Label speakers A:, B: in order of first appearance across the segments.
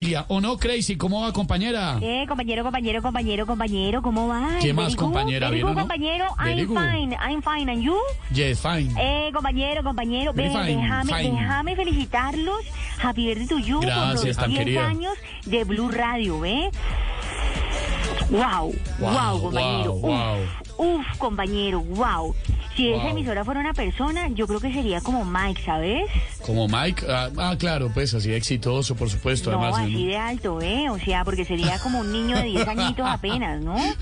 A: Colombia. ¿O no, Crazy? ¿Cómo va, compañera?
B: Eh, compañero, compañero, compañero, compañero, ¿cómo va?
A: ¿Qué más,
B: Very good,
A: compañera?
B: very
A: ¿Bien
B: good,
A: o no?
B: compañero,
A: Very
B: I'm
A: good.
B: fine, I'm fine, and you?
A: Yes, fine.
B: Eh, compañero, compañero,
A: Very
B: ve,
A: fine,
B: déjame,
A: fine.
B: déjame felicitarlos. Happy birthday to you
A: Gracias,
B: por los
A: tan
B: 10
A: querida.
B: años de Blue Radio, ¿eh? Wow,
A: Wow,
B: wow, compañero.
A: wow,
B: uf, uf, compañero, wow. Si
A: Wow.
B: esa emisora fuera una persona, yo creo que sería como Mike, ¿sabes?
A: Como Mike. Ah, ah, claro, pues así exitoso, por supuesto,
B: No,
A: además.
B: así de alto, ¿eh? O sea, porque sería como un niño de 10 añitos apenas, ¿no?
A: Oiga,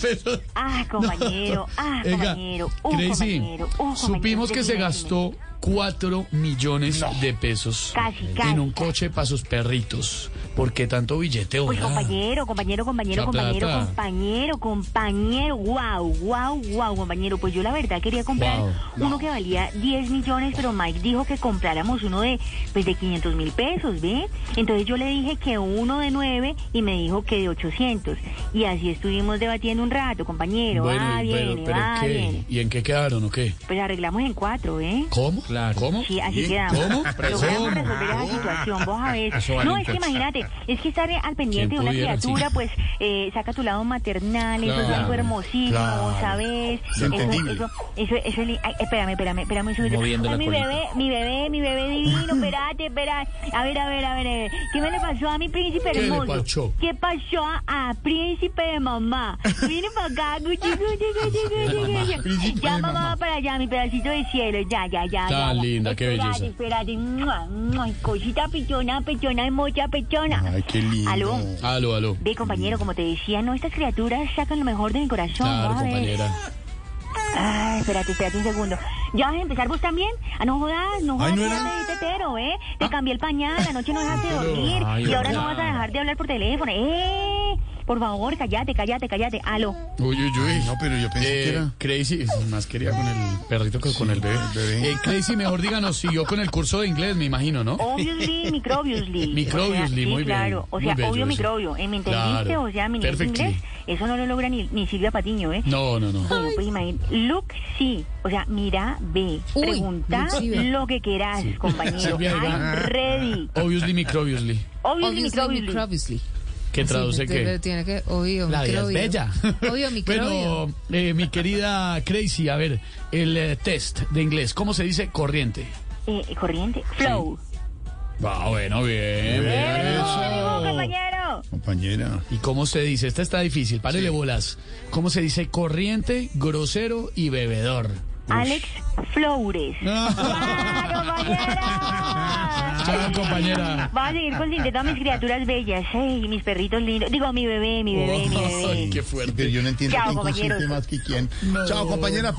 A: pero-
B: Ah, compañero, ah,
A: Oiga,
B: compañero, uh,
A: Crazy,
B: compañero, uh, compañero,
A: supimos que se
B: dime, dime.
A: gastó 4 millones de pesos
B: Casi,
A: en
B: casi.
A: un coche para sus perritos. ¿Por qué tanto billete?
B: Uy,
A: hola?
B: compañero, compañero, compañero,
A: La
B: compañero,
A: plata.
B: compañero, compañero, wow, wow, wow, compañero. Pues yo la verdad quería comprar
A: Guau,
B: uno que valía 10 millones, pero Mike dijo que compráramos uno de, pues de 500 mil pesos, ¿ve? Entonces yo le dije que uno de 9 y me dijo que de 800. Y así estuvimos debatiendo un rato, compañero.
A: Bueno,
B: va,
A: y-
B: ah, viene,
A: pero, pero
B: va,
A: ¿qué?
B: viene.
A: ¿Y en qué quedaron o qué?
B: Pues arreglamos en cuatro, ¿eh?
A: ¿Cómo? ¿Cómo?
B: Sí, así
A: ¿Y-
B: quedamos.
A: ¿Cómo? Ah,
B: Logramos
A: ¿Cómo?
B: resolver esa situación, vos a ver.
C: Eso vale
B: No,
C: un
B: es que
C: cacho.
B: imagínate, es que estar al pendiente
A: ¿Quién
B: de una
A: pudiera,
B: criatura,
A: sí?
B: pues eh, saca tu lado maternal, eso es
A: Claro,
B: algo hermosísimo,
A: claro.
B: ¿sabes? Eso,
C: Entendible.
B: eso, eso, eso es li- ay, espérame, espérame, espérame un segundo.
C: Moviendo
B: Ay,
C: la
B: mi
C: colita.
B: bebé, mi bebé, mi bebé divino, espérate, espérate. A ver, a ver, a ver, a ver. ¿Qué me le pasó a mi príncipe
A: ¿Qué le
B: hermoso?
A: pasó?
B: ¿Qué pasó a, a príncipe de mamá? Viene para acá, guchi, guchi, guchi, guchi, guchi.
A: Príncipe
B: Ya
A: de
B: mamá
A: mamá.
B: va para allá, mi pedacito de cielo, ya, ya, ya.
A: Tan
B: ya, ya.
A: linda, qué
B: Espérate,
A: belleza.
B: Espérate, mua, mua, cosita pechona, pechona, mocha, pechona.
C: Ay, qué lindo.
B: Aló.
A: Aló, aló.
B: Ve, compañero, como te decía, no, estas criaturas sacan lo mejor de mi corazón.
A: Claro,
B: vas a ver.
A: compañera.
B: Ay, espérate, espérate un segundo. ¿Ya vas a empezar vos también? Ah, no jodas, no jodas,
C: Ay, ¿no era?
B: fíjate, tetero, ¿eh? Te cambié el pañal, anoche no dejaste dormir
C: Ay,
B: y ahora no
C: hola.
B: vas a dejar de hablar por teléfono. ¡Eh! Por favor, cállate, cállate, cállate. Aló.
A: Uy, uy, uy.
C: Ay, no, pero yo pensé
A: Eh,
C: que era-
A: Crazy, más quería con el perrito que con el bebé.
C: el bebé.
A: Eh, Crazy, mejor díganos, siguió con el curso de inglés, me imagino, ¿no?
B: Obviously, microbiously.
A: Microbiously,
B: O sea, sí,
A: muy bien,
B: claro. O
A: muy
B: sea,
A: bello
B: obvio
A: eso.
B: microbio. Eh, ¿Me entendiste?
A: Claro,
B: O sea, mi nivel de
A: perfectly.
B: inglés, eso no lo logra ni, ni Silvia Patiño, ¿eh?
A: No, no, no.
B: Bueno, pues imagínate, look, sí, o sea, mira, ve,
D: Uy,
B: pregunta
D: look, sí, ve.
B: lo que querás, compañero.
A: Silvia, ahí va.
B: I'm ready.
A: Obviously, microbiously.
B: Obviously,
D: Obviously,
B: microbiously.
D: microbiously.
A: ¿Qué traduce
D: Sí,
A: qué?
D: pero Tiene que, obvio,
A: La vida es
D: microbio.
A: bella.
D: Obvio, microbio.
A: Bueno, eh, mi querida Crazy, a ver, el eh, test de inglés, ¿cómo se dice corriente?
B: Eh, corriente, flow.
A: Ah, bueno, bien, bien.
B: Eh,
A: eso.
B: amigo, compañero.
C: Compañera.
A: ¿Y cómo se dice? Esta está difícil, párele bolas. ¿Cómo se dice corriente, grosero y bebedor?
B: Alex Flores. ¡Ah, compañero!
A: Chao, compañera.
B: Vas a seguir consintiendo a mis criaturas bellas, eh, y mis perritos lindos. Digo, mi bebé, mi bebé, mi bebé.
A: Ay, qué
C: Pero
A: fuerte.
C: yo no entiendo
B: Chao,
C: quién
B: compañeros.
C: consiste más que quién. Chao, compañera.